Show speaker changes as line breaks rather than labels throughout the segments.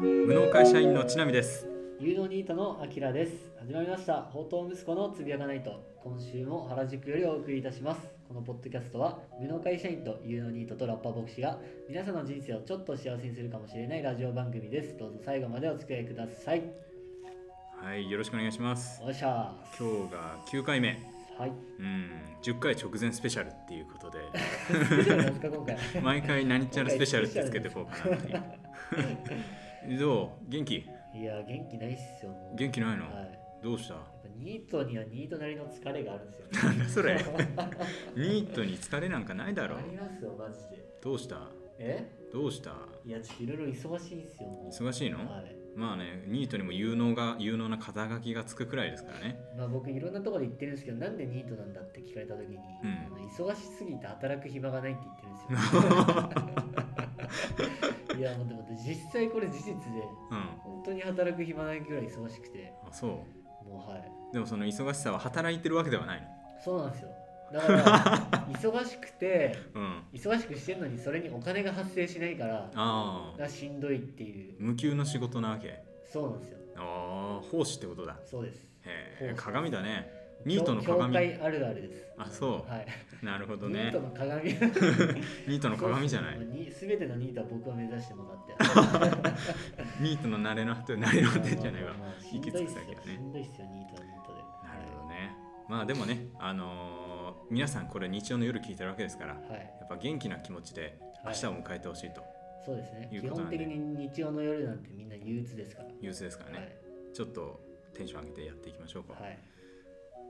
無能会社員のちなみです
有能ニートのあきらです始まりました放蕩息子のつぶやかないと今週も原宿よりお送りいたしますこのポッドキャストは無能会社員と有能ニートとラッパー牧師が皆さんの人生をちょっと幸せにするかもしれないラジオ番組ですどうぞ最後までお付き合いください
はいよろしくお願いします
おっしゃ
今日が9回目
ーはい
うん10回直前スペシャルっていうことで
大丈夫ですか 今回
毎回何ちゃらスペシャルってつけてこうかなっていう どう元気
いや元気ないっすよもう
元気ないの、
はいや
どうした
っぱニートにはニートなりの疲れがあるんですよ
なんだそ れニートに疲れなんかないだろ
ありますよマジで
どうした
え
どうした
いやちょっといろいろ忙しいんですよもう
忙しいの、
はい
まあねニートにも有能が有能な肩書きがつくくらいですからね
まあ、僕いろんなところで言ってるんですけどなんでニートなんだって聞かれた時に、
うん
あの忙しすぎて働く暇がないって言ってる んですよいやもうでも実際これ事実で
うん
本当に働く暇ないぐらい忙しくて
あそ
もうはいう
でもその忙しさは働いてるわけではないの
そうなんですよだから 忙しくて
うん
忙しくしてるのにそれにお金が発生しないから
ああ
がしんどいっていう
無給の仕事なわけ
そうなんですよ
ああ奉仕ってことだ
そうです
へ
奉
え
仕
鏡だねニートの鏡
教会あるあるです
あそう
はい、
なるほど
ニー
ね
トの鏡
ニートの鏡じゃな
そう
い
そうに全てのニートは僕は目指してもらって。
ニートの慣れの果て 慣れの果てじゃないわ
まあまあまあし
行
ん
き
どい
着
っ
く
すよ
先は
し
ね
んどいっすよ、ニートはニート
な
で。
るほどねまあでもねあのー皆さんこれ日曜の夜聞いてるわけですからや
はい。
っぱ元気な気持ちで明日を迎えてほしいと
そうですね。
いう
基
ことな
本
んで
的に日曜の夜なんてみんな憂鬱ですから。
優勢ですからね、ちょっとテンション上げてやっていきましょうか、
はい。はい。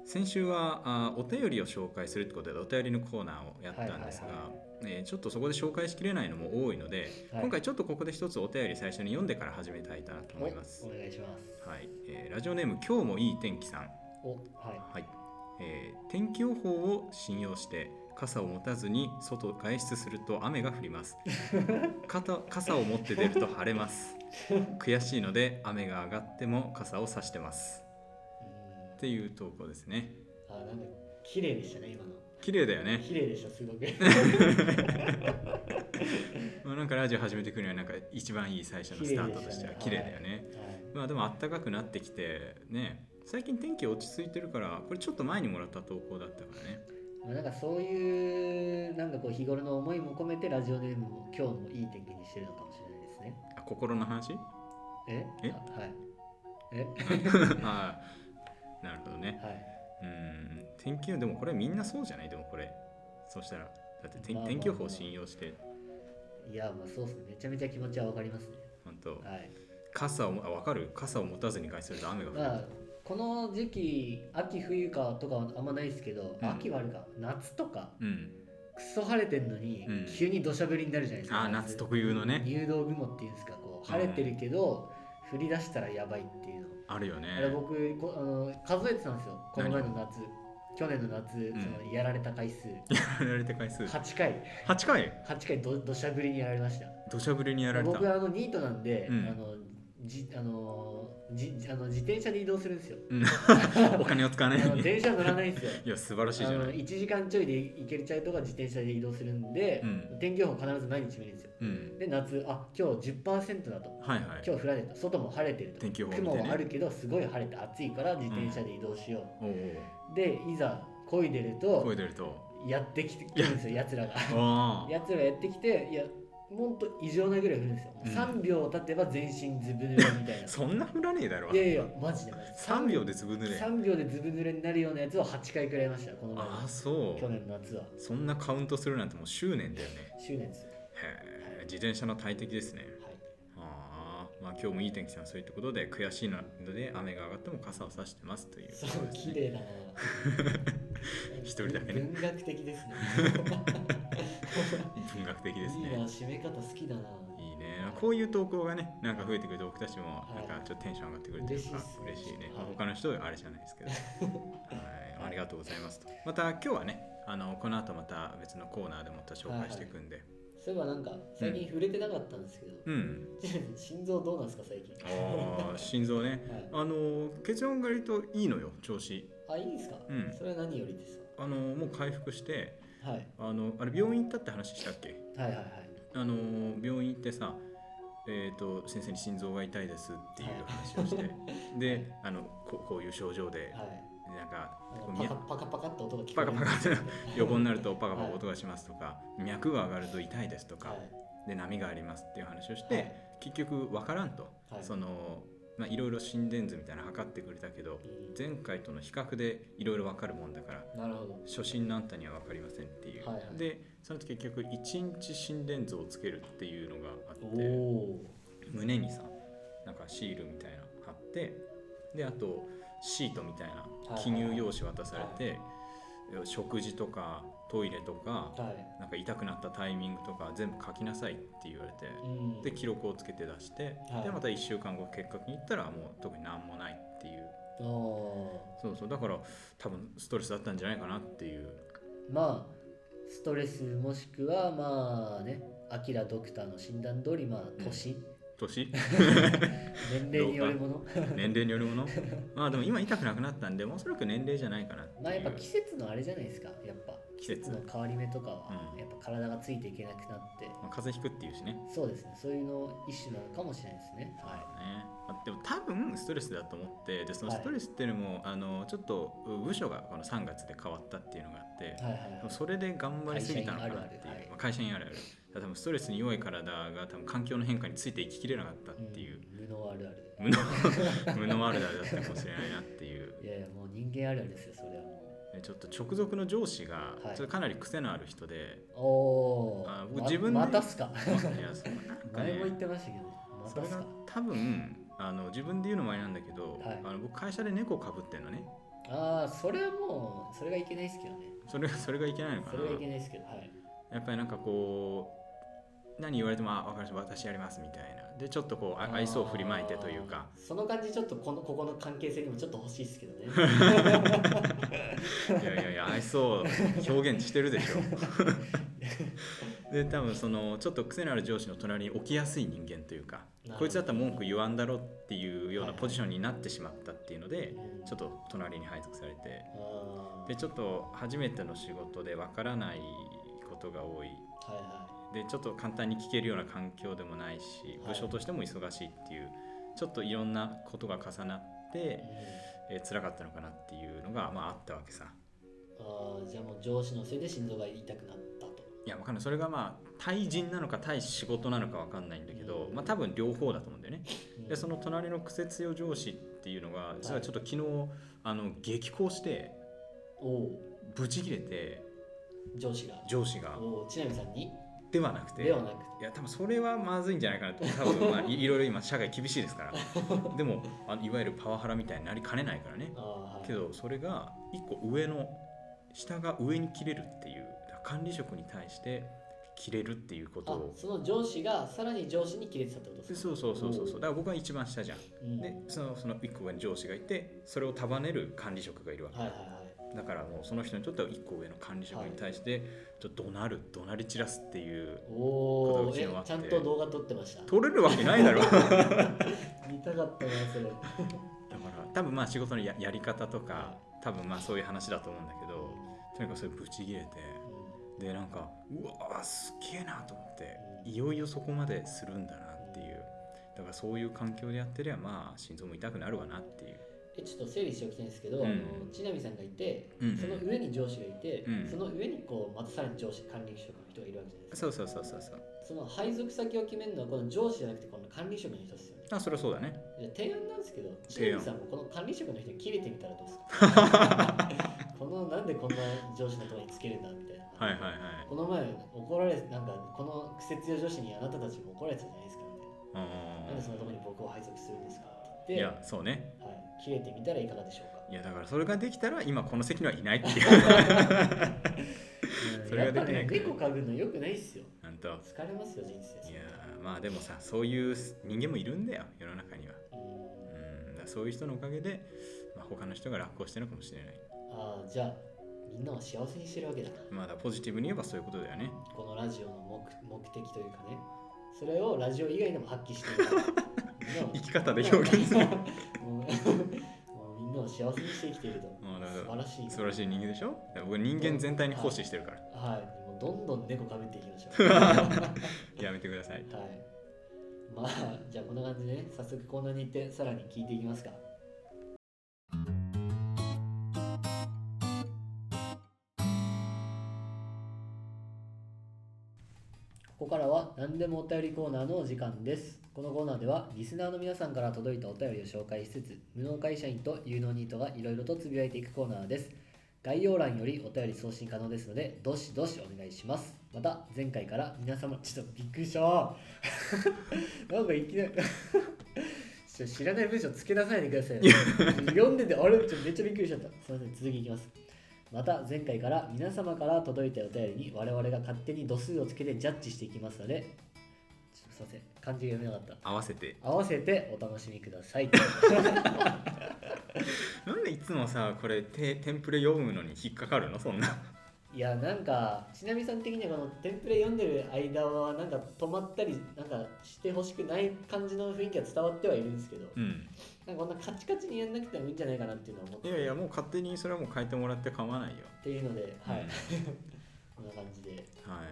先週はあーお便りを紹介するってことでお便りのコーナーをやったんですが、
はいはい
えーちょっとそこで紹介しきれないのも多いので、
はい
今回ちょっとここで一つお便り最初に読んでから始めたいなと思います
おお、願いします。
はいえーラジオネーム「今日もいい天気さん」
お、は
はいえー天気予報を信用して傘を持たずに外外出すると雨が降ります 肩傘を持って出ると晴れます悔しいので雨が上がっても傘を差してます
い。
っていう投稿ですね
うーんあ、なんか綺麗でしたね、今の。
綺麗だよね
綺麗でした、す ごく。
まあ、なんかラジオ始めてくるにはなんか一番いい最初のスタートとしては綺
綺
麗
麗
だ
で
よ
したね
ね。
はい
まあでも暖かくなってきてね最近天気落ち着いてるからこれちょっと前にもらった投稿だったからね
まあ、なんかそういうなんかこう日頃の思いも込めてラジオネームも今日もいい天気にしてるのかもしれないですね。
あ心の 話
え
え
あはい。え
ああなるほどね
はい。
うん天気予報でもこれみんなそうじゃないでもこれそしたらだって天
まあまあまあ
天気予報を信用して
いやまあそうですねめちゃめちゃ気持ちはわかりますね
本当
はい
傘をもあわかる傘を持たずに外出すると雨が降る、
まあこの時期秋冬かとかはあんまないですけど、
うん
秋はあるか夏とか
うん
クソ晴れてんのに、
うん
急に土砂降りになるじゃないですか
あー夏特有のね
入道雲っていうんですかこう晴れてるけど、降り出したらやばいっていうの、
あるよね
あれ僕こあの数えてたんですよこの前の夏去年の夏、
ん
そのやられた回数
やられて回数
8回
8回
8回ど土砂降りにやられました
土砂降りにやられた
僕はあのニートなんで、
うん
あのじあのじあの自転車で移動するんですよ。
うん お金を使わ
あ
ないよう
の
に
電車乗らないんですよ。
いや素晴らしい
あ
じゃな
の
い。
1時間ちょいで行けちゃうとか自転車で移動するんで、
うん
天気予報必ず毎日見るんですよ。
うん。
で夏あ今日10%だと
はいはい。
今日降られた外も晴れてると
天気予報を見てね
雲はあるけどすごい晴れて暑いから自転車で移動しよ
おう
う、でいざ漕いでる
おう。声
と
出ると。
やってきてくるんですよやつらが。
ああ。
やつらやってきていやほんと異常なぐらい降るんですよ、
うん
3秒経てば全身ずぶ濡れみたい
そんな振らねえだろ
な。いやいやマジでマジで
3秒で潰れ。
3秒でずぶ濡れになるようなやつを8回くらいましたこの前
ああそ
去
う。
年の夏は
そんなカウントするなんてもう執念だよね。
執念ですよ
へえ。自転車の大敵ですね。
はい
ああ。まあ今日もいい天気さんそういうことで悔しいので雨が上がっても傘を差してますという
そ
こと
う
です
綺
ね。
麗だな
一人だけね
文学的です ね
文学的です
いいな
ね。
締め方好きだない
いね。こういう投稿がね、なんか増えてくると僕たちも
はい
なんかちょっとテンション上がってくるというか
嬉しいっすね
嬉しいね。まあ
はい
他の人はあれじゃないです けど。はい、ありがとうございますと。また今日はね、あのこの後また別のコーナーでまた紹介していくんで。
そういえばなんか最近触れてなかったんですけど、
うん。
心臓どうなん ですか最近
あ あ、心臓ね。
はい
あの血音が割といいのよ、調子。
あいいんですか、
うん
それは何よりですか
あのもう回復して、
はい
あのあれ病院行ったって話したっけ
はいはいはい
あの病院行ってさ、えー、と先生に心臓が痛いですっていう話をして、 で、
はい
あのここういう症状で、
はい
なんか
あ
こう
の
み
パカパカパカって音が聞こえ
パ
る
カパカって横になるとパカパ
は
カ
い
音がしますとか、脈が上がると痛いですとか、
はい
で波がありますっていう話をして、
はい
結局分からんと、
はい
そのまあいろいろ心電図みたいなの測ってくれたけど
うん
前回との比較でいろいろ分かるもんだから
なるほど
初心なんたには分かりませんっていう、
はいはい
でその時結局1日心電図をつけるっていうのがあ
お
って
お
胸にさなんかシールみたいなの貼ってであとシートみたい
いは
ない記入用紙渡されて、食事とかトイレとか
ーはい
なんか痛くなったタイミングとか全部書きなさいって言われて、
うん
で記録をつけて出して、
はい
でまた1週間後結核に行ったらもう特に何もないっていう
あー
そうそうだから多分ストレスだったんじゃないかなっていう
まあストレスもしくはまあねアキラドクターの診断通りまあ年、
年
年齢によるもの
年齢によるものまあでも今痛くなくなったんでおそらく年齢じゃないかなっていう、
まあやっぱ季節のあれじゃないですかやっぱ
季
季
節
節の変わり目とかは、
うん
やっぱ体がついていけなくなって
まあ風邪ひくっていうしねね
そうですねそういうの一種なのかもしれないですねは
まあでも多分ストレスだと思ってでその
はい
ストレスっていうのも、あのちょっと部署がこの3月で変わったっていうのがあって、
いはいはいはい
それで頑張りすぎたのかなっていう
会社員あるあ
まあ会社員あるある
るはい
だから多分ストレスに弱い体が多分環境の変化についていききれなかったっていう、
ん、無能あるある
無能 無能あるあるだったかもしれないなっていう
いやいやもう人間あるあるですよそれはも
えちょっと直属の上司が
はい
ちょっとかなり癖のある人で、
うお
あ
お
僕自分で
ままたっ すか
いやそうなんか
前も言っ
ね
てましたけどま
そ
たっ
れ
すか
が多分あの自分で言うのもあれなんだけど、
はい
あの僕会社で猫かぶってんのね
ああそれはもうそれがいけないですけどね
それが それがいけないのか
そ
な
れはいけないですけどはい
やっぱりなんかこう何言われても「あ分かりました私やります」みたいなでちょっとこうあ愛想を振りまいてというか
あーその感じちょっとこのここの関係性にもちょっと欲しいですけどね
いやいやいや愛想を表現してるでしょ で多分そのちょっと癖のある上司の隣に置きやすい人間というか
なるほど
こいつだったら文句言わんだろっていうよう
は
な
いはい
ポジションになってしまったっていうので
う ん
ちょっと隣に配属されて
あー
でちょっと初めての仕事でわからないことが多い
はいは
でちょっと簡単に聞けるような環境でもないし
はい
部署としても忙しいっていうちょっといろんなことが重なって
い、う、ん
えー辛かったのかなっていうのが、まあ、あったわけさ。
あーじゃあもう上司のせいで心臓が痛くなったと
いやわかんないそれがまあ対人なのか対仕事なのかわかんないんだけど、
うん
まあ多分両方だと思うんだよね、
うん
でその隣の癖強上司っていうのが実はちょっと昨日、あの激高して
おお
ブチ切れて
上司が
上司が
おおちなみさんに
ではなくて
ではなく
いや多分それはまずいんじゃないかなと多分、まあ、いいろ いろ今社会厳しいです からでもあのいわゆるパワハラみたいになりかねないからね
ああはい
けどそれが一個上の下が上に切れるっていうだから管理職に対して切れるっていうこと
あ
を
その上司がさらに上司に切れてたってことで
です
か
そうそうそうそうそう
お
だ
ー
から僕は一番下じゃん
うん
でそのその1個上に上司がいてそれを束ねる管理職がいるわけ、
はいはいはい
だからもうその人にとっては1個上の管理職に対してちょっと怒鳴る怒鳴り散らすっていう
お
こと
お
が
ち
昨日あって
ゃんと動画撮ってました
取れるわけないだろだから
見たかったなそれ
多分まあ仕事のややり方とか多分まあそういう話だと思うんだけどとにかくそれブチ切れてでなんかうわーすげえなと思っていよいよそこまでするんだなっていうだからそういう環境でやってりゃまあ心臓も痛くなるわなっていう
えちょっと整理しておきたいんですけど、
うん
あのちなみさんがいて、
うんうん
その上に上司がいて、
うん
その上にこうまたさらに上司管理職の人がいるわけじゃないですか
そうそうそうそうそう
その配属先を決めるのはこの上司じゃなくてこの管理職の人ですよね
あそれはそうだね
じゃあ提案なんですけどち
提
な
案
みさんもこの管理職の人に切れてみたらどうです かこのなんでこんな上司のところにつけるんだみたいな、
はいはいはい
この前怒られなんかこの癖強い上司にあなたたちも怒られてたじゃないですかみたいななんでそんなとこに僕を配属するんですかって
い
言っ
やそうね
て、はい、切れてみたらいかがでしょうか
いやだからそれができたら今この席にはいないっていうそれができない
やっ
から
ぱね、猫かぐのよくないっすよ。
なんと
疲れますよ、人生。
いやーまあでもさそういう人間もいるんだよ世の中には
うん
うんだからそういう人のおかげで、まあ、他の人が楽をしてるのかもしれない
ああ、じゃあ、みんなを幸せにしてるわけだ。
まあだからポジティブに言えばそういうことだよね
このラジオの目目的というかね、それをラジオ以 外でも発揮してるから。みんなを
生き方で表現する
もうもうみんな々を幸せにして生きていると
ああだから
素晴らしい
素晴らしい人間でしょ僕人間全体に奉仕してるから
はいもうどんどん猫かぶっていきましょうはい
やめてください
まあじゃあこんな感じでね早速コーナーに行ってさらに聞いていきますかここからは何でもお便りコーナーのお時間です。このコーナーではリスナーの皆さんから届いたお便りを紹介しつつ、無能会社員と有能ニートがいろいろとつぶやいていくコーナーです。概要欄よりお便り送信可能ですので、どしどしお願いします。また、前回から皆様、ちょっとびっくりした。なんかいきなり ちょ。知らない文章つけなさいでください
い
よ。読んでて、あれちょめっちゃびっくりしちゃった。すみません、続きいきます。また前回から皆様から届いたお便りに我々が勝手に度数をつけてジャッジしていきますのでちょっとすいません漢字が読めなかった
合わせて
合わせてお楽しみください
なんでいつもさこれテテンプレ読むのに引っかかるのそんない
やなんかちなみさん的にはこのテンプレ読んでる間はなんか止まったりなんかしてほしくない感じの雰囲気は伝わってはいるんですけど
うん
なんかこんなカチカチにやんなくてもいいんじゃないかなっていうのは思っ
い
て
やいやもう勝手にそれはもう変えてもらって構わないよ
っていうのではい、
うん
こんな感じで
は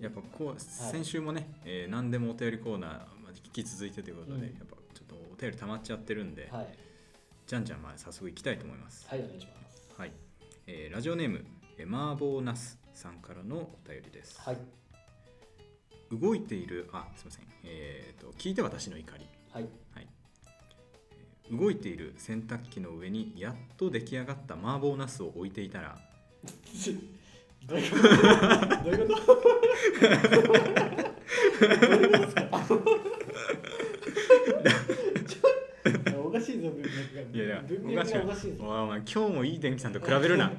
いやっぱこう先週もね、えー何でもお便りコーナーまあ引き続いてということで、
うん
やっぱちょっとお便り溜まっちゃってるんで、
はい
じゃんじゃんまあ早速いきたいと思います
はいお願いします
はい、えーラジオネームえー麻婆ナスさんからのお便りです、
はい
動いているあすいませんえーと聞いて私の怒り
はい
動いている洗濯機の上にやっと出来上がった麻婆ナスを置いていたら
どういうことどういうことどういうことですか ちょおかしいぞ文脈が
いやいや
文脈がおかしいぞ
おいお前今日もいい電気さんと比べるな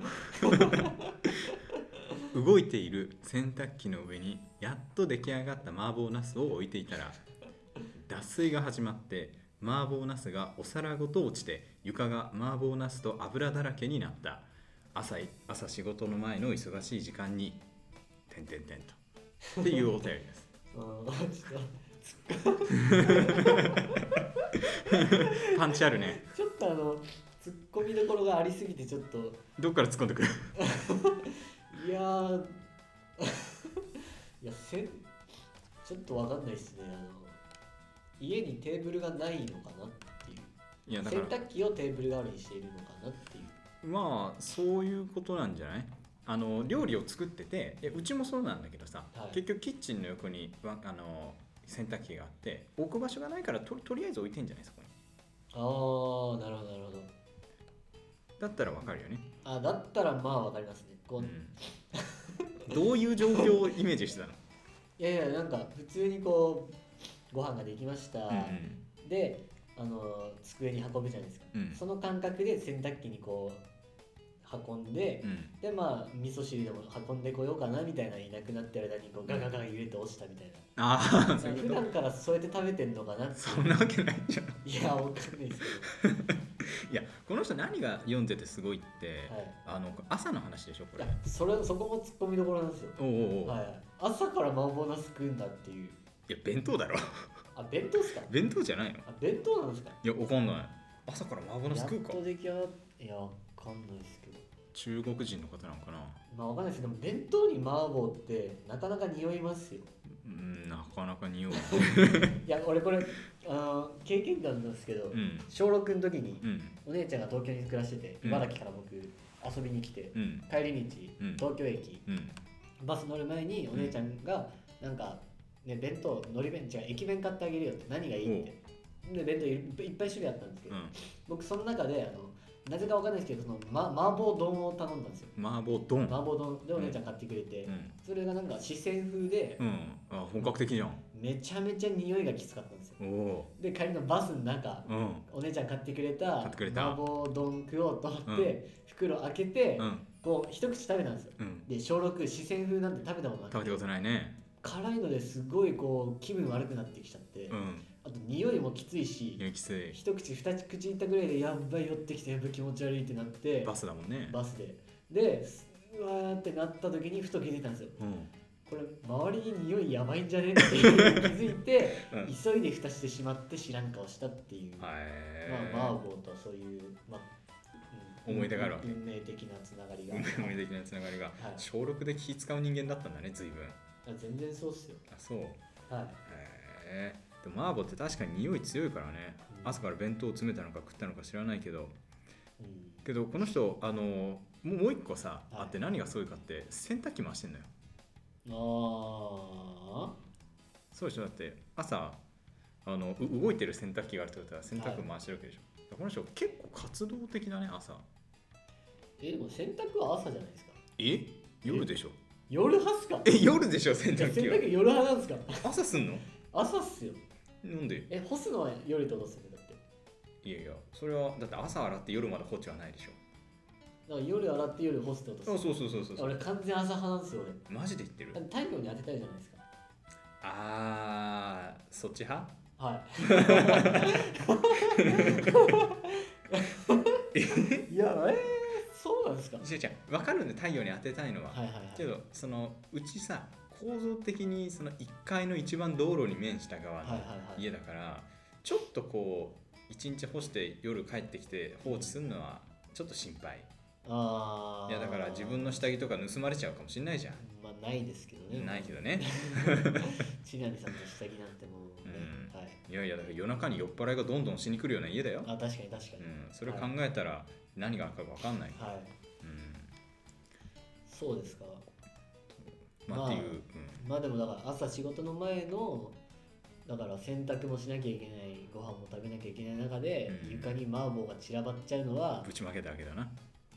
動いている洗濯機の上にやっと出来上がった麻婆ナスを置いていたら脱水が始まって麻婆ナスがお皿ごと落ちて床が麻婆ナスと油だらけになった朝い朝仕事の前の忙しい時間に「てんてんてん」とっていうお便りです
うんちょっ
パンチあるね
とちょっとあのツッコミどころがありすぎてちょっと
どっから突っ込んでくる
いやー いやせんちょっとわかんないですねあの家にテーブルがないのかなっていう
いやだか
洗
ら
濯機をテーブル代わりにしているのかなっていう
まあそういうことなんじゃないあの料理を作っててえうちもそうなんだけどさ、
はい
結局キッチンの横にわあの洗濯機があって置く場所がないからととりあえず置いてんじゃないそこに
ああなるほどなるほど
だったらわかるよね、
あだったらまあわかりますねこう、
う
い
んどういう状況をイメージして たの、
やいやなんか普通にこうご飯ができました、
うん
であの机に運ぶじゃないですか、
うん
その感覚で洗濯機にこう運んで、
うん
でまあ味噌汁でも運んでこようかなみたいないなくなってる間にこうガガガ揺れて落ちたみたいな
ああそういう
普
こ
段からそうやって食べてんのかなっ
と
て
そんなわけないじゃん
いやわかんないです
いやこの人何が読んでてすごいって
け、ど、はい、
あの朝の話でしょこ
い
れ
やそれそこもツッコミどころなんですよ、
おうおうおう、
はい、朝から麻婆ナス食うんだっていう
い、や弁当だろ
あ弁当っすか
弁当じゃないの
あ弁当なんですか
いや、わかんない。朝からマーボナス食うか
やっと出来上がっいやわかんないですけど
中国人の方なのかな
まあわかんないですけどでも弁当に麻婆ってなかなか匂いますよ
うん、なかなか 匂い。
いや俺これあの経験談なんですけど、
うん。
小6の時に
うん。
お姉ちゃんが東京に暮らしてて
うん
茨城から僕遊びに来て、
うん。
帰り
う
道
ん
東京駅
うん。
バス乗る前にお姉ちゃんがなんか、ね、弁当のり弁違う駅弁買ってあげるよって何がいいってで弁当いっぱいいっぱい種類あったんですけ
う
ど、
ん。
僕その中であのなぜかわかんないですけどその、ま、麻婆丼を頼んだんですよ
麻婆丼。
麻婆丼でお姉ちゃん買ってくれて、
うん。
それがなんか四川風で
うん。あ、本格的じゃん。
めちゃめちゃ匂いがきつかったんですよ
おお
で帰りのバスの中
ー。うん。
お姉ちゃん買ってくれた
買ってくれた
麻婆丼食おうと思って、袋開けて、
うん。
こう一口食べたんですよ
うん。
で小6四川風なんて食べたことな
食
く
べ
て
たことないね。
辛いのですごいこう気分悪くなってきちゃって、
うん。
あと匂いもきついし、
匂いきつい。
一口二口いったぐらいでやっばい寄ってきてやっぱ気持ち悪いってなって
バスだもんね。
バスでですうわーってなった時にふと気づいたんですよ
うん。
これ周りに匂いやばいんじゃねっていうのに気づいて
うん。
急いで蓋してしまって知らん顔したっていう、
は
まあ
い。
麻婆とはそういう、まあ、
思い出があるわけ
運命的なつながりが。
運命の的なつながりが
はい
小6で気使う人間だったんだね随分
あ全然そうっすよ。
あそうへ
はい。
えでも麻婆って確かに匂い強いからね
うん
朝から弁当を詰めたのか食ったのか知らないけど
うん、
けどこの人あのもうもう一個さ、
はい
あって何がすごいかって洗濯機回してんのよ
あ
そうでしょだって朝あのう動いてる洗濯機があるってことは洗濯回してるわけでしょ、この人結構活動的だね朝
あ。え、でも洗濯は朝じゃないですか。
え夜でしょ
夜派っすか
え夜でしょ洗
いや
濯
洗
機は
濯機夜派なんですか
朝すんの
朝っすよ。
なんで
え、干すのは夜ってことっすよね、だって。
いやいやそれはだって朝洗って夜まで放置はないでしょ
だから夜洗って夜干すってことっす
あそうそうそうそうそう
俺完全朝派なんですよ、俺。
マジで言ってる
だって太陽に当てたいじゃないですか。
あーそっち派
はい。いや、えー、そうなんですか。は
違う違う分かるんで太陽に当てたいのは、
いはいはい。
けどそのうちさ構造的にその1階の一番道路に面した側
はいはい
の
はい。
家だから、ちょっとこう一日干して夜帰ってきて放置するのはちょっと心配
あ
いやだから自分
の。
の下着とか盗まれちゃうかもしれないじゃん
まあ、ないですけどね。
ないけど ね
ちなみさんの下着なんてもう、ね
う
はい。
いやいやだから夜中に酔っ払いがどんどんしに来るような家だよ、
あ、確かに確か
う
に。
ん、それを考えたら何があるか分かんない、
はい。
うん
そうですか。
まあ、
まあ
っていう、うん
まあでもだから朝仕事の前の、だから洗濯もしなきゃいけない、ご飯も食べなきゃいけない中で、
うん
床に麻婆が散らばっちゃうのは、
ぶちまけたわけだな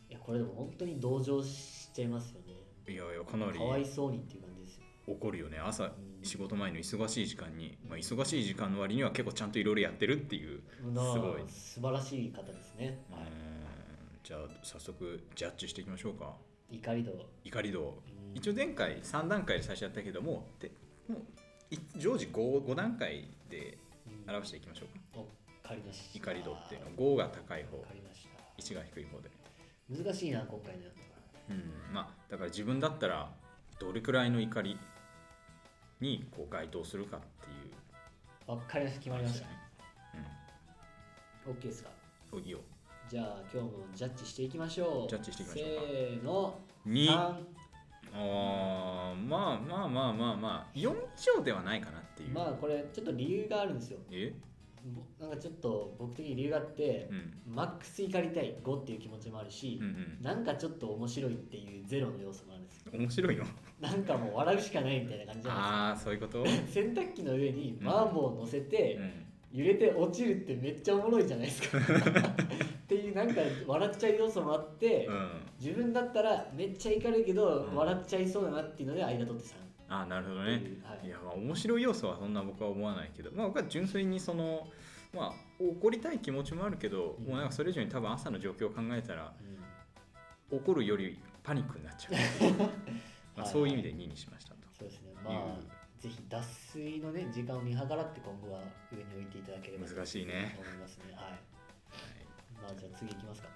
い
やこれでも本当に同情しちゃいますよね。
いやいやかな
かわい
り
そうにっていう感じですよ。
怒るよね朝
うん
仕事前の忙しい時間に、まあ、
うん
忙しい時間の割には結構ちゃんといろいろやってるっていう
なあ
すごい
素晴らしい方ですね。は
うんじゃあ早速ジャッジしていきましょうか
い、怒りと。
怒り度
うん
一応前回3段階で最初やったけどもでもうい常時 5, 5段階で
うん
表していきましょうか
わかりました。
怒り度っていうのは5が高い
わ
方
かりました。
1が低い方で
難しいな、今回のやつは。
うんまあだから自分だったらどれくらいの怒りにこう該当するかっていう
わかりました、決まりました。OK ですか。
うん、いいよ
じゃあ、今日もジャッジしていきましょう。
ジャッジしていきましょうか
せーの、
2
3。
あーまあまあまあまあまあ4以上ではないかなっていう、
まあ、これ、ちょっと理由があるんですよ。
え
ぼなんかちょっと僕的に理由があって、
うん
マックス怒りたい5っていう気持ちもあるし、
うん
なんかちょっと面白いっていうゼロの要素もあるんですよ。
うん面白いの
なんかもう笑うしかないみたいな感じじゃない
ああそういうこと、
ですか。洗濯機の上に
うん
麻婆を乗せて、
うん
揺れて落ちるってめっちゃおもろいじゃないですか。っていうなんか笑っちゃう要素もあって、
うん、
自分だったらめっちゃ怒るけど、
うん
笑っちゃいそうだなっていうので間取ってさんっ
ああなるほど
て
ね
いう。はい
いやまあ面白い要素はそんな僕は思わないけど、まあ、僕は純粋にその、まあ、怒りたい気持ちもあるけど、
うん
もうなんかそれ以上に多分朝の状況を考えたら
うん
怒るよりパニックになっちゃうっていうまあそういう意味で2にしましたと。
そうですね。まあ、ぜひ脱水のね時間を見計らって今後は上に置いていただければ
難しいね
と思いますね。はい。
はい
まあじゃあ次行きますか。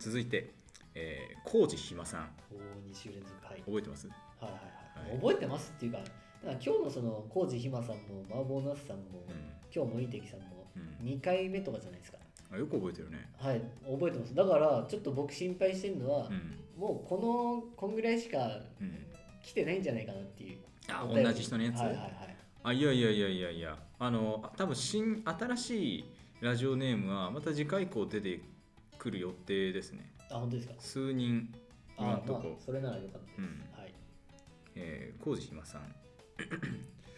続いて、えー、浩二ひまさん
おお二週連続はい。
覚えてます
はいはいはい。
はい
覚えてますっていうか、だから今日のそのコージひまさんも麻婆ナスさんも、
う
今日もいてきさんも
ん、うん
二回目とかじゃないですか。
あ、よく覚えてるね、
はい。覚えてます。だからちょっと僕心配してるのは、
うん
もうこのこんぐらいしか
うん、
来てないんじゃないかなっていう。
あ
お便り
同じ人のやつ、
はいはいはい。
あいやいやいやいやいやあのあ多分新新しいラジオネームはまた次回以降出てくる予定ですね
あ本当ですか。
数人
あ
今んと
まあ
こ、
それならよかったです。
うん
はい。
えー、浩二ひまさん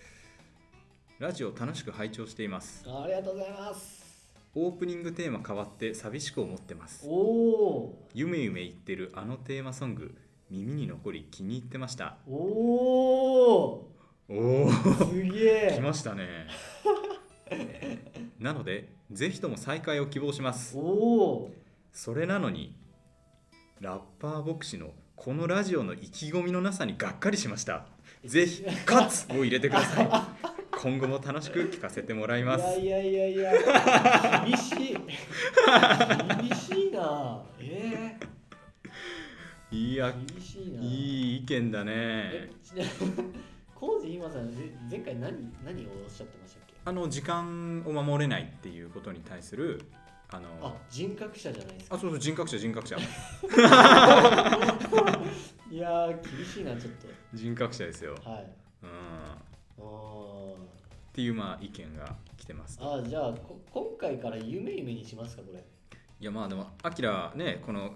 ラジオ楽しく拝聴しています
ありがとうございます。
オープニングテーマ変わって寂しく思ってます
おお
ゆめゆめ言ってるあのテーマソング耳に残り気に入ってました
ー。お
おお
お。すげ
来
え。
ましたね、えーなのでぜひとも再会を希望します
おお
それなのにラッパー牧師のこのラジオの意気込みのなさにがっかりしましたぜひ「カツ!」を入れてください今後も楽しく聞かせてもらいま
ー。いや
す
いやいやいや。厳 しい。厳しいな。え
い
え
や
ー。厳しいな。
いい意見だ
え
ね
ちなみにコージ今さんぜ前回何何をおっしゃってましたっけ？
あの時間を守れないっていうことに対するあの
あ人格者じゃないです
あ
か
そうそう人格者人格者
いやー厳しいなちょっと
人格者ですよ、
はい
うん、っ
あー
ていうまあ意見が来てます
あーじゃあこ今回から夢夢にしますかこれ
いやまあでもアキラねこの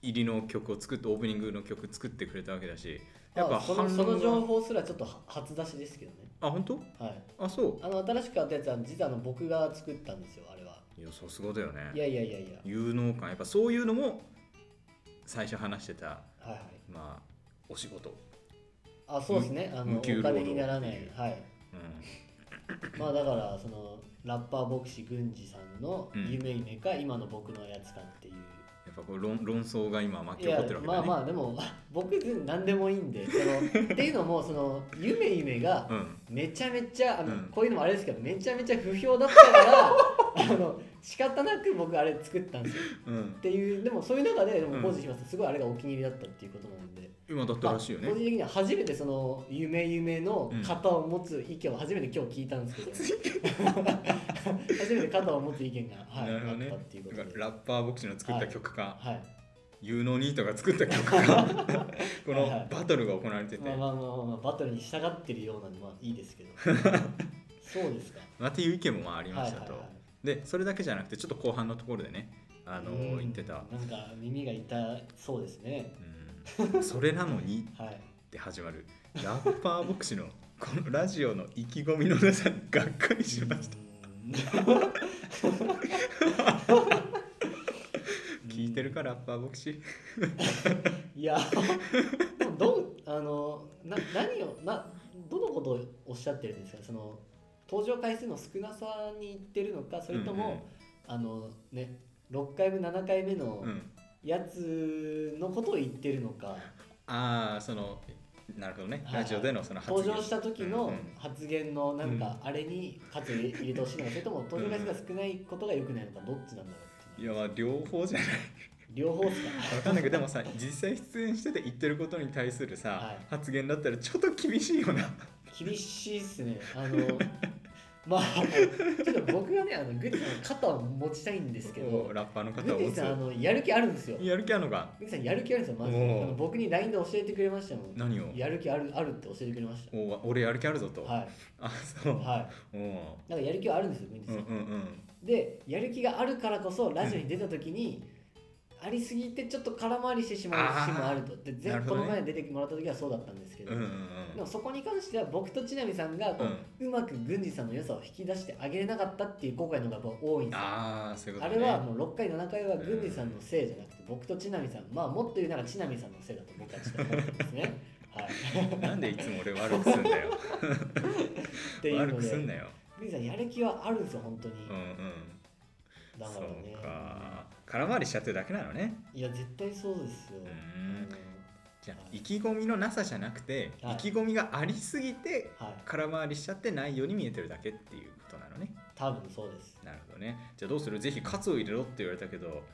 入りの曲を作ってオープニングの曲作ってくれたわけだしやっぱ
あその
反
その情
応が
報すらちょっとは初出しですけどね
あ本当
はい
あそ
あの新しく買ったやつは実はあの僕が作ったんですよあれは
ういやさすがだよね
いやいやいやいや
有能感やっぱそういうのも最初話してた
はいはい
まあお仕事、
あそうですねあの
無
お
給労働
金にならないはい
うん、
まあだからそのラッパー牧師郡司さんの
うん
夢夢か今の僕のやつかっていう、
やっぱこう論論争が今巻き
い
起こ
や
ってるわけだ
まあ
ね
まあでも 僕何でもいいんでそのっていうのもその夢夢が
うん
めちゃめちゃあの、
うん
こういうのもあれですけどめちゃめちゃ不評だったか らあの仕方なく僕あれ作ったんですよ
うん
っていうでもそういう中ででも
うん
ポーズしますとすごいあれがお気に入りだったっていうことなんで、
今だったらしいよ
まあ個
ね
人的には初めてその夢夢の
うん
型を持つ意見を初めて今日聞いたんですけど、 初めて型を持つ意見が、はい、
なるほどね
あったっていうこ
だ
と
か
で
らラッパー牧師の作った曲か、
はい
有能ニートが作った曲が こ
はいは
の
い
バトルが行われてて、
まあまあまあまあ、まあ、バトルに従ってるようなんでまあいいで すけどそうですか
まあ、っていう意見もまあありま
はい
し
は
た
い
と、
はい
でそれだけじゃなくてちょっと後半のところでねあの
うん
言ってた、
なんか耳が痛そうですね
うん、それなのに
はい
って始まるラッパー牧師のこのラジオの意気込みのなさにがっかりしました
うーん
聞いてるかラッパー牧師
いやでもどうあのな何をなどのことをおっしゃってるんですかその登場回数の少なさにいってるのかそれとも、あのね6回目7回目の
うんうん
やつのことを言ってるのか、
ああそのなるほどね
はいはい
ラジオでのその
登場した時
うん
の
うん
発言のなんかあれに活入れてほしいのかそれとも登場回数が少ないことが良くないのかどっちなんだろうって
い
いう
やまあ両方じゃない
両方ですか
わかんないけどでもさ実際出演してて言ってることに対するさ、
はい
発言だったらちょっと厳しいよな
厳しいっすねあの まあちょっと僕がねあのグッチさんの肩を持ちたいんですけど
ラッパーの
グ
方を
ッ
持
チ
つ
さんあのやる気あるんですよグ
やる気あるのか
ッチさんやる気あるんですよマジ
お
で
う
あの僕に LINE で教えてくれましたもん
何を
やる気あるあるって教えてくれまし
お俺やる気あるぞ
た
と、
は
あそう、
いは
おう
いなんかやる気はあるんですよグッチ
う
さ
ん
ん
うんうん
でやる気があるからこそラジオに出た時に、ありすぎてちょっと空回りしてしまう節もあるとでぜ
なるほ
こ
ど
の
ね
前出てもらった時はそうだったんですけど、
うんうん
でもそこに関しては僕とちなみさんがこう,、うまく郡司さんの良さを引き出してあげれなかったっていう後悔の方が僕は多いん
うん
ですよあ,、
ああそういうこと、
れ
ね、
はもう6回7回は郡司さんのせいじゃなくて僕とちなみさんまあもっと言うならちなみさんのせいだと僕はちょっと思って ますねはい
なんでいつも俺悪くすんだ よ
っていう
悪
の
く
です
ん
郡
なよ
司さんやる気はあるんですよ本当に、
うんうん
だからね
そうか空回りしちゃってるだけなのね
いや絶対そうですよ、
うん
あ
じゃあ意気込みのなさじゃなくて、
はい
意気込みがありすぎて
のはい
空回りしちゃってないように見えてるだけっていうことなのね
多分そうです
なるほどねじゃあどうするぜひカツを入れろって言われたけど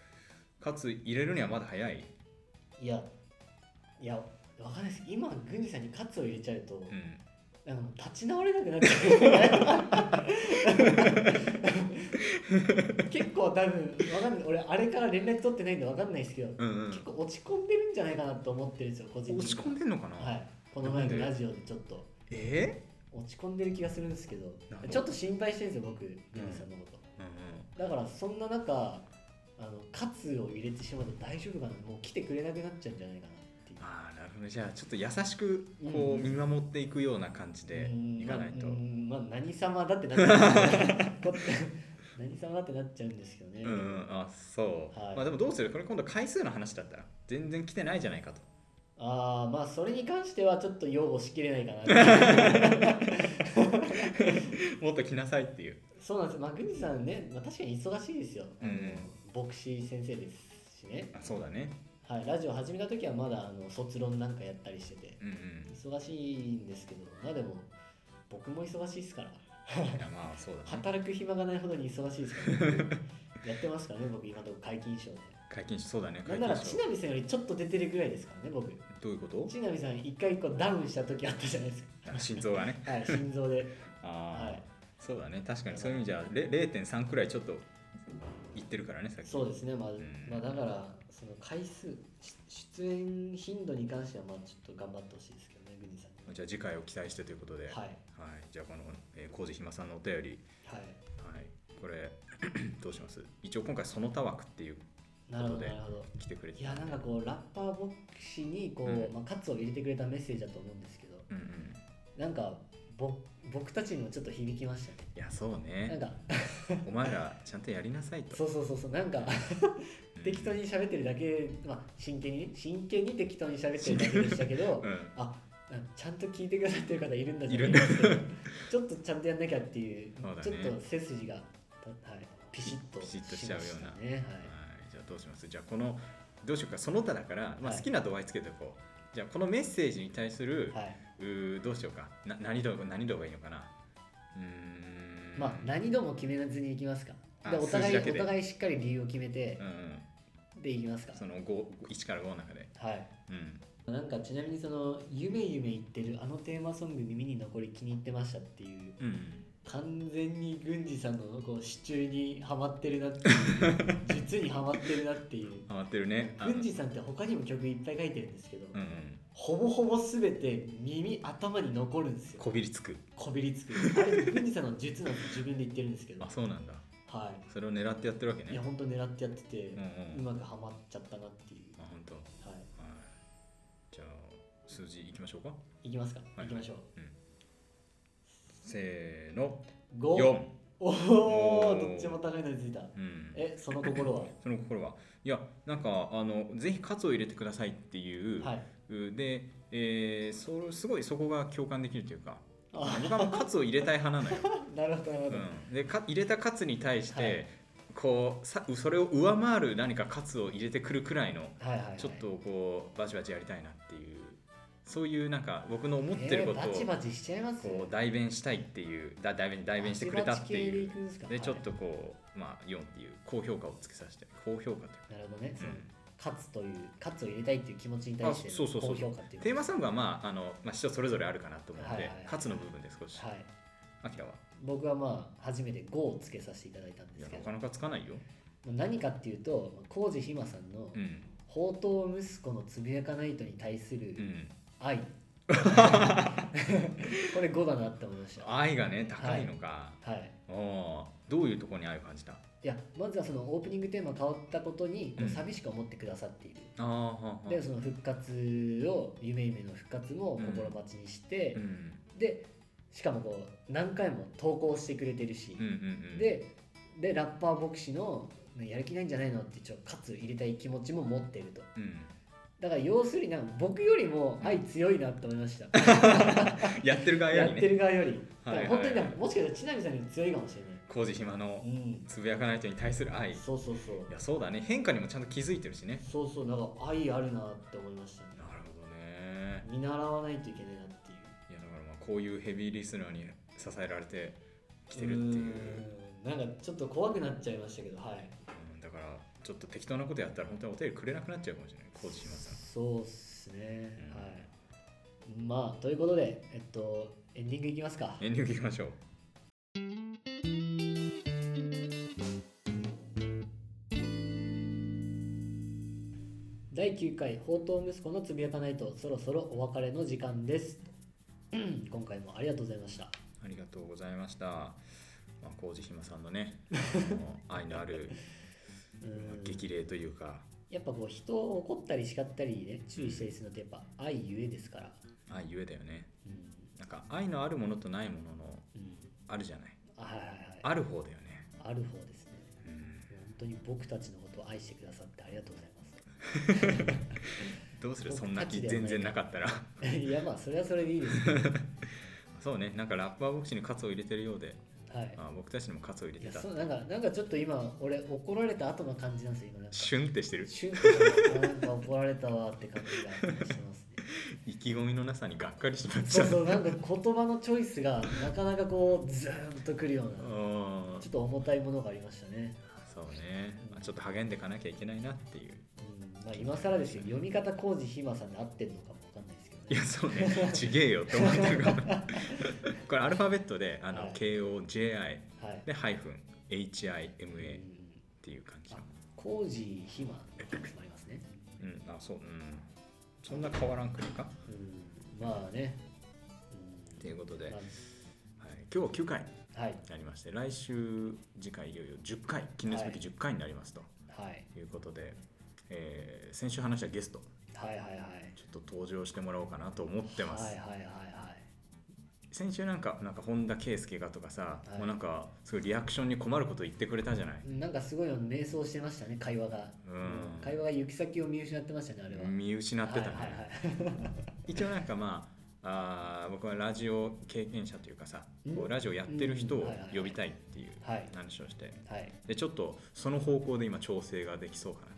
カツ入れるにはまだ早い
いやいやわかんないです今郡司さんにカツを入れちゃうと、
うん
あの立ち直れなくなっちゃう結構多分わかんない俺あれから連絡取ってないんでわかんないですけど、
うんうん
結構落ち込んでるんじゃないかなと思ってるんですよ個人的に
落ち込んでんのかな、
はいこの前のラジオでちょっと
え
落ち込んでる気がするんですけど
なるほど
ちょっと心配してるんですよ僕郡司さんのこと、
ー、うん
だからそんな中あのカツを入れてしまうと大丈夫かなもう来てくれなくなっちゃうんじゃないかなっていう
ああなるほどじゃあちょっと優しくこ
うん
う見守っていくような感じで
うん
いかないと、
まあうんまあ、何様だってなっちゃうこ 何様だってなっちゃうんですけどね、
うんうん、あそう、
はい
まあでもどうするこれ今度回数の話だったら全然来てないじゃないかと
ああまあそれに関してはちょっと擁護しきれないか なっていう
もっと来なさいっていう
そうなんですまあ郡司さんね、まあ、確かに忙しいですよ、
うん
あの牧師先生ですしね、
あそうだね
はい、ラジオ始めた時はまだあの卒論なんかやったりしてて
うんうん
忙しいんですけどまあでも僕も忙しいですから
いやまあそうだね
働く暇がないほどに忙しいですから、ね、やってますからね僕今のとこ解禁賞で
解禁しそうだね
な
解
んなら
禁
ち
し
なみさんよりちょっと出てるぐらいですからね僕
どういうこと
ちなみさん一回こうダウンした時あったじゃないです
あ心臓がね
かはい心臓で
ああ、
はい
そうだね確かにそういう意味じゃれ0.3くらいちょっと言ってるからねさっき
そうですねまあ、
ん
まあだからその回数し出演頻度に関してはまあちょっと頑張ってほしいですけどねグニさんに
じゃあ次回を期待してということで、
は
はいいじゃあこの、えー、浩二ひまさんのお便り、
はい
はい、これ どうします一応今回その他枠っていう
なるほど
ということで
なるほど
来てくれて
いやなんかこうラッパーボクシーにこう、
うん
まあ、カツを入れてくれたメッセージだと思うんですけど
うんうん
なんかぼ僕たちにもちょっと響きました
いやそう
ねな
ね
んか
お前らちゃんとやりなさいと
そうそうそうそうなんか適当に喋ってるだけまあ真剣にね真剣に適当に喋ってるだけでしたけど、
うん、
あうんちゃんと聞いてくださってる方いるんだ
いるん
と
だ
思いますけど ちょっとちゃんとやんなきゃっていう
そうだね
ちょっと背筋が、はい、ピシッと
ピシッとしちゃうような
しましたね、はい
はい、じゃあどうしますじゃあこのどうしようかその他だから、まあ、
はい
好きな度合いつけておこう、じゃあこのメッセージに対する、
はいう
ーどうしようかな何度何度がいいのかなうーん
まあ何度も決めずにいきますか
あ
でお互い
数字だけ
お
で
互いしっかり理由を決めて
うんうん
でいきますか、
その五1から5の中で
はい
うん
なんかちなみにその「夢夢言ってるあのテーマソング耳に残り気に入ってました」っていう
うんうん
完全に郡司さんのこう支柱にはまってるなっていう実にはまってるなっていう
ハマってるねあの
郡司さんって他にも曲いっぱい書いてるんですけど、
うんうん
ほぼほぼ全て耳頭に残るんですよ
こびりつく
こびりつくあれ郡司さんの術なんて自分で言ってるんですけど
あそうなんだ
は
それを狙ってやってるわけ
いい
ね
や本当狙ってやってて、
う
うん
うん
まくはまっちゃったなっていう
あ本当。は
はい
じゃあ数字いきましょうか
いきますか、
はい
い、きましょう
せーの
5
4お
おお
ー
どっちも高いのについた
うん
えその心は
その心はいやなんかあのぜひカツを入れてくださいっていう、
はい
で、えーそすごいそこが共感できるというか
あ
僕はもうカツを入れたい派なのよ、
なるほどなるほど、
うん、でか入れたカツに対して、
はい
こうさそれを上回る何かカツを入れてくるくらいの
はいはい、はい、
ちょっとこうバチバチやりたいなっていうそういうなんか僕の思ってることを
えーバチバチしちゃいます
こう代弁したいっていうだ代弁代弁してくれたっていう
バチバチ系で行くんすか
でちょっとこうまあ4っていう高評価をつけさせて高評価というか
はいなるほどね、その
うん
勝つという勝つを入れたいっていう気持ちに対して
あそうそうそう
高評価っていう
テーマ
さ
ソングはまああの、まあ、人それぞれあるかなと思うので、
はいはいはい
勝つの部分で少し、
はい
アキラは
僕はまあ初めて5をつけさせていただいたん
い
で
や
すけ
な
ど
かなかつかないよ、
まあ何かっていうと浩二ひまさんの
うん
「宝刀息子のつぶやかないと」に対す
う
る
ん、
愛、これ5だなって思いました
愛がね高いのか、
はい
おーどういうところに愛を感じたあ
いやまずはそのオープニングテーマ変わったことにこ
う
うん寂しく思ってくださっている、
ーはあはあ
でその復活を夢夢の復活も心待ちにして、
うん
でしかもこう何回も投稿してくれてるし、
うんうんうん、
ででラッパー牧師の「やる気ないんじゃないの?」ってちょっと喝入れたい気持ちも持ってると
うん、
だから要するになんか僕よりも愛強いなって思い ました、
やってる側よ
や
り
って
ね
る側より、
はいはいはい
だから本当になんかもしかしたらちなみさんより強いかもしれ
工事暇の
ない、うん、
つぶやかない人に対する愛い
そうそうそう
やそうだね変化にもちゃんと気づいてるしね
そうそうなんか愛あるなって思いましたね
なるほどね
見習わないといけないなっていう
いやだからまあこういうヘビーリスナーに支えられてきてるっていう
うーんなんかちょっと怖くなっちゃいましたけどはい
うんだからちょっと適当なことやったら本当にお便りくれなくなっちゃうかもしれない工事島さん
そうっすね、
うん
はいまあということでえっとエンディングいきますか
エンディングいきましょう
第9回「放蕩息子のつぶやかないとそろそろお別れの時間です」 うん今回もありがとうございました
ありがとうございました、まあ、工事島さんのねあの愛のある
うーん
激励というか
やっぱこう人を怒ったり叱ったりね注意したりするのってやっぱ愛ゆえですから
愛ゆえだよね
うん
なんか愛のあるものとないものの
うん
あるじゃない
あはいはいはいあ
ある方だよね
る方ですね
うん
本当に僕たちのことを愛してくださってありがとうござい ます
どうするそんな気全然なかったら
いやまあそれはそれでいいですけど
そうねなんかラッパーボクシーにカツを入れてるようで、
はい
あ、僕たちにもカツを入
い
れ
や
てた
そうなんかなんかちょっと今俺怒られた後の感じなんですよ今 なんか
シュンってしてる
シュンとなんか怒られたわって感じがしてますね
意気込みのなさにがっかりしまっち
そ
ゃ
う
う
そうなんか言葉のチョイスがなかなかこうズーンとくるような
うん
ちょっと重たいものがありましたね、
そうね、まあ、ちょっと励んでいかなきゃいけないなっていう
うんまあ、今更ですよ読み方浩二ひまさんで合ってるのかもわかんないですけど
い
ね
やそうねちげえよって思ったからこれアルファベットであの、
はい
KOJI
はい
でハイフン HIMA
うん
っていう感じ
あ工事暇って決まりますね
うんあそううんそんな変わらんくねか
うんまあねうん
ということで、
ま
はい、今日は9回
あはい
やりまして来週次回いよいよ10回記念すべき10回になりますと
はい
いうことで、えー先週話したゲスト
はいはいはい
ちょっと登場してもらおうかなと思ってます、
はいはいはいはい
先週なんかなんか本田圭佑がとかさ、
はい
もうなんかすごいリアクションに困ること言ってくれたじゃない、
なんかすごいの迷走してましたね会話が、
うん
会話が行き先を見失ってましたねあれは、
見失ってたね、
はいはいはい、
一応なんかまああー僕はラジオ経験者というかさ
ん
こうラジオやってる人
うん
を
はいはいはい
呼びたいっていう
はい
話をして
はい、
でちょっとその方向で今調整ができそうかな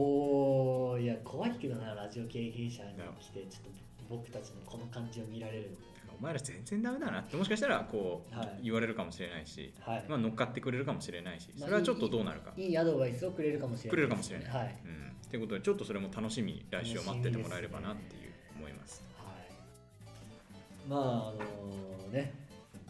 おおいや怖いけどなラジオ経験者に来てちょっと僕たちのこの感じを見られる
だからお前ら全然ダメだなってもしかしたらこう、
はい
言われるかもしれないし、
のはい、
まあ、乗っかってくれるかもしれないし
まあ
それはちょっとどうなるか、
いいアドバイスをくれるかもしれない、
くれるかもしれない
はい、はい、
うん、ってことでちょっとそれも楽しみに来週を待っててもらえればなっていう思います
まああのね、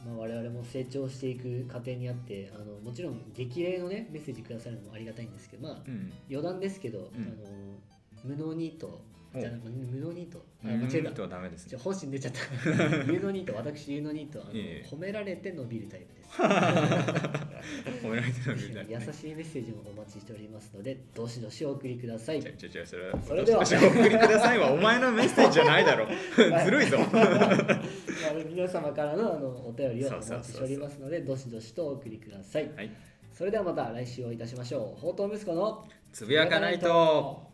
まあ、我々も成長していく過程にあってあのもちろん激励のねメッセージくださるのもありがたいんですけどまあ、
うん
余談ですけど、
うん
あの無能ニート
お
じゃあ無能ニートあ
うん
間違え
ミー
た
トはダメです
ちょ
ね
本心出ちゃった 有能ニート私有能ニートあの
いえいえ
褒められて伸びるタイプ です
褒められてるみたい
優
なね
しいメッセージもお待ちしておりますのでどしどしお送りください
ちょちょちょそれ
それでは
お送りくださいはお前のメッセージじゃないだろずるいぞ
まあ皆様からのあのお便りをお
そうそう
待ち
そうそ
し
う
ておりますのでどしどしとお送りください
はい
それではまた来週お会いいたしましょう放蕩息子の
つぶやかないと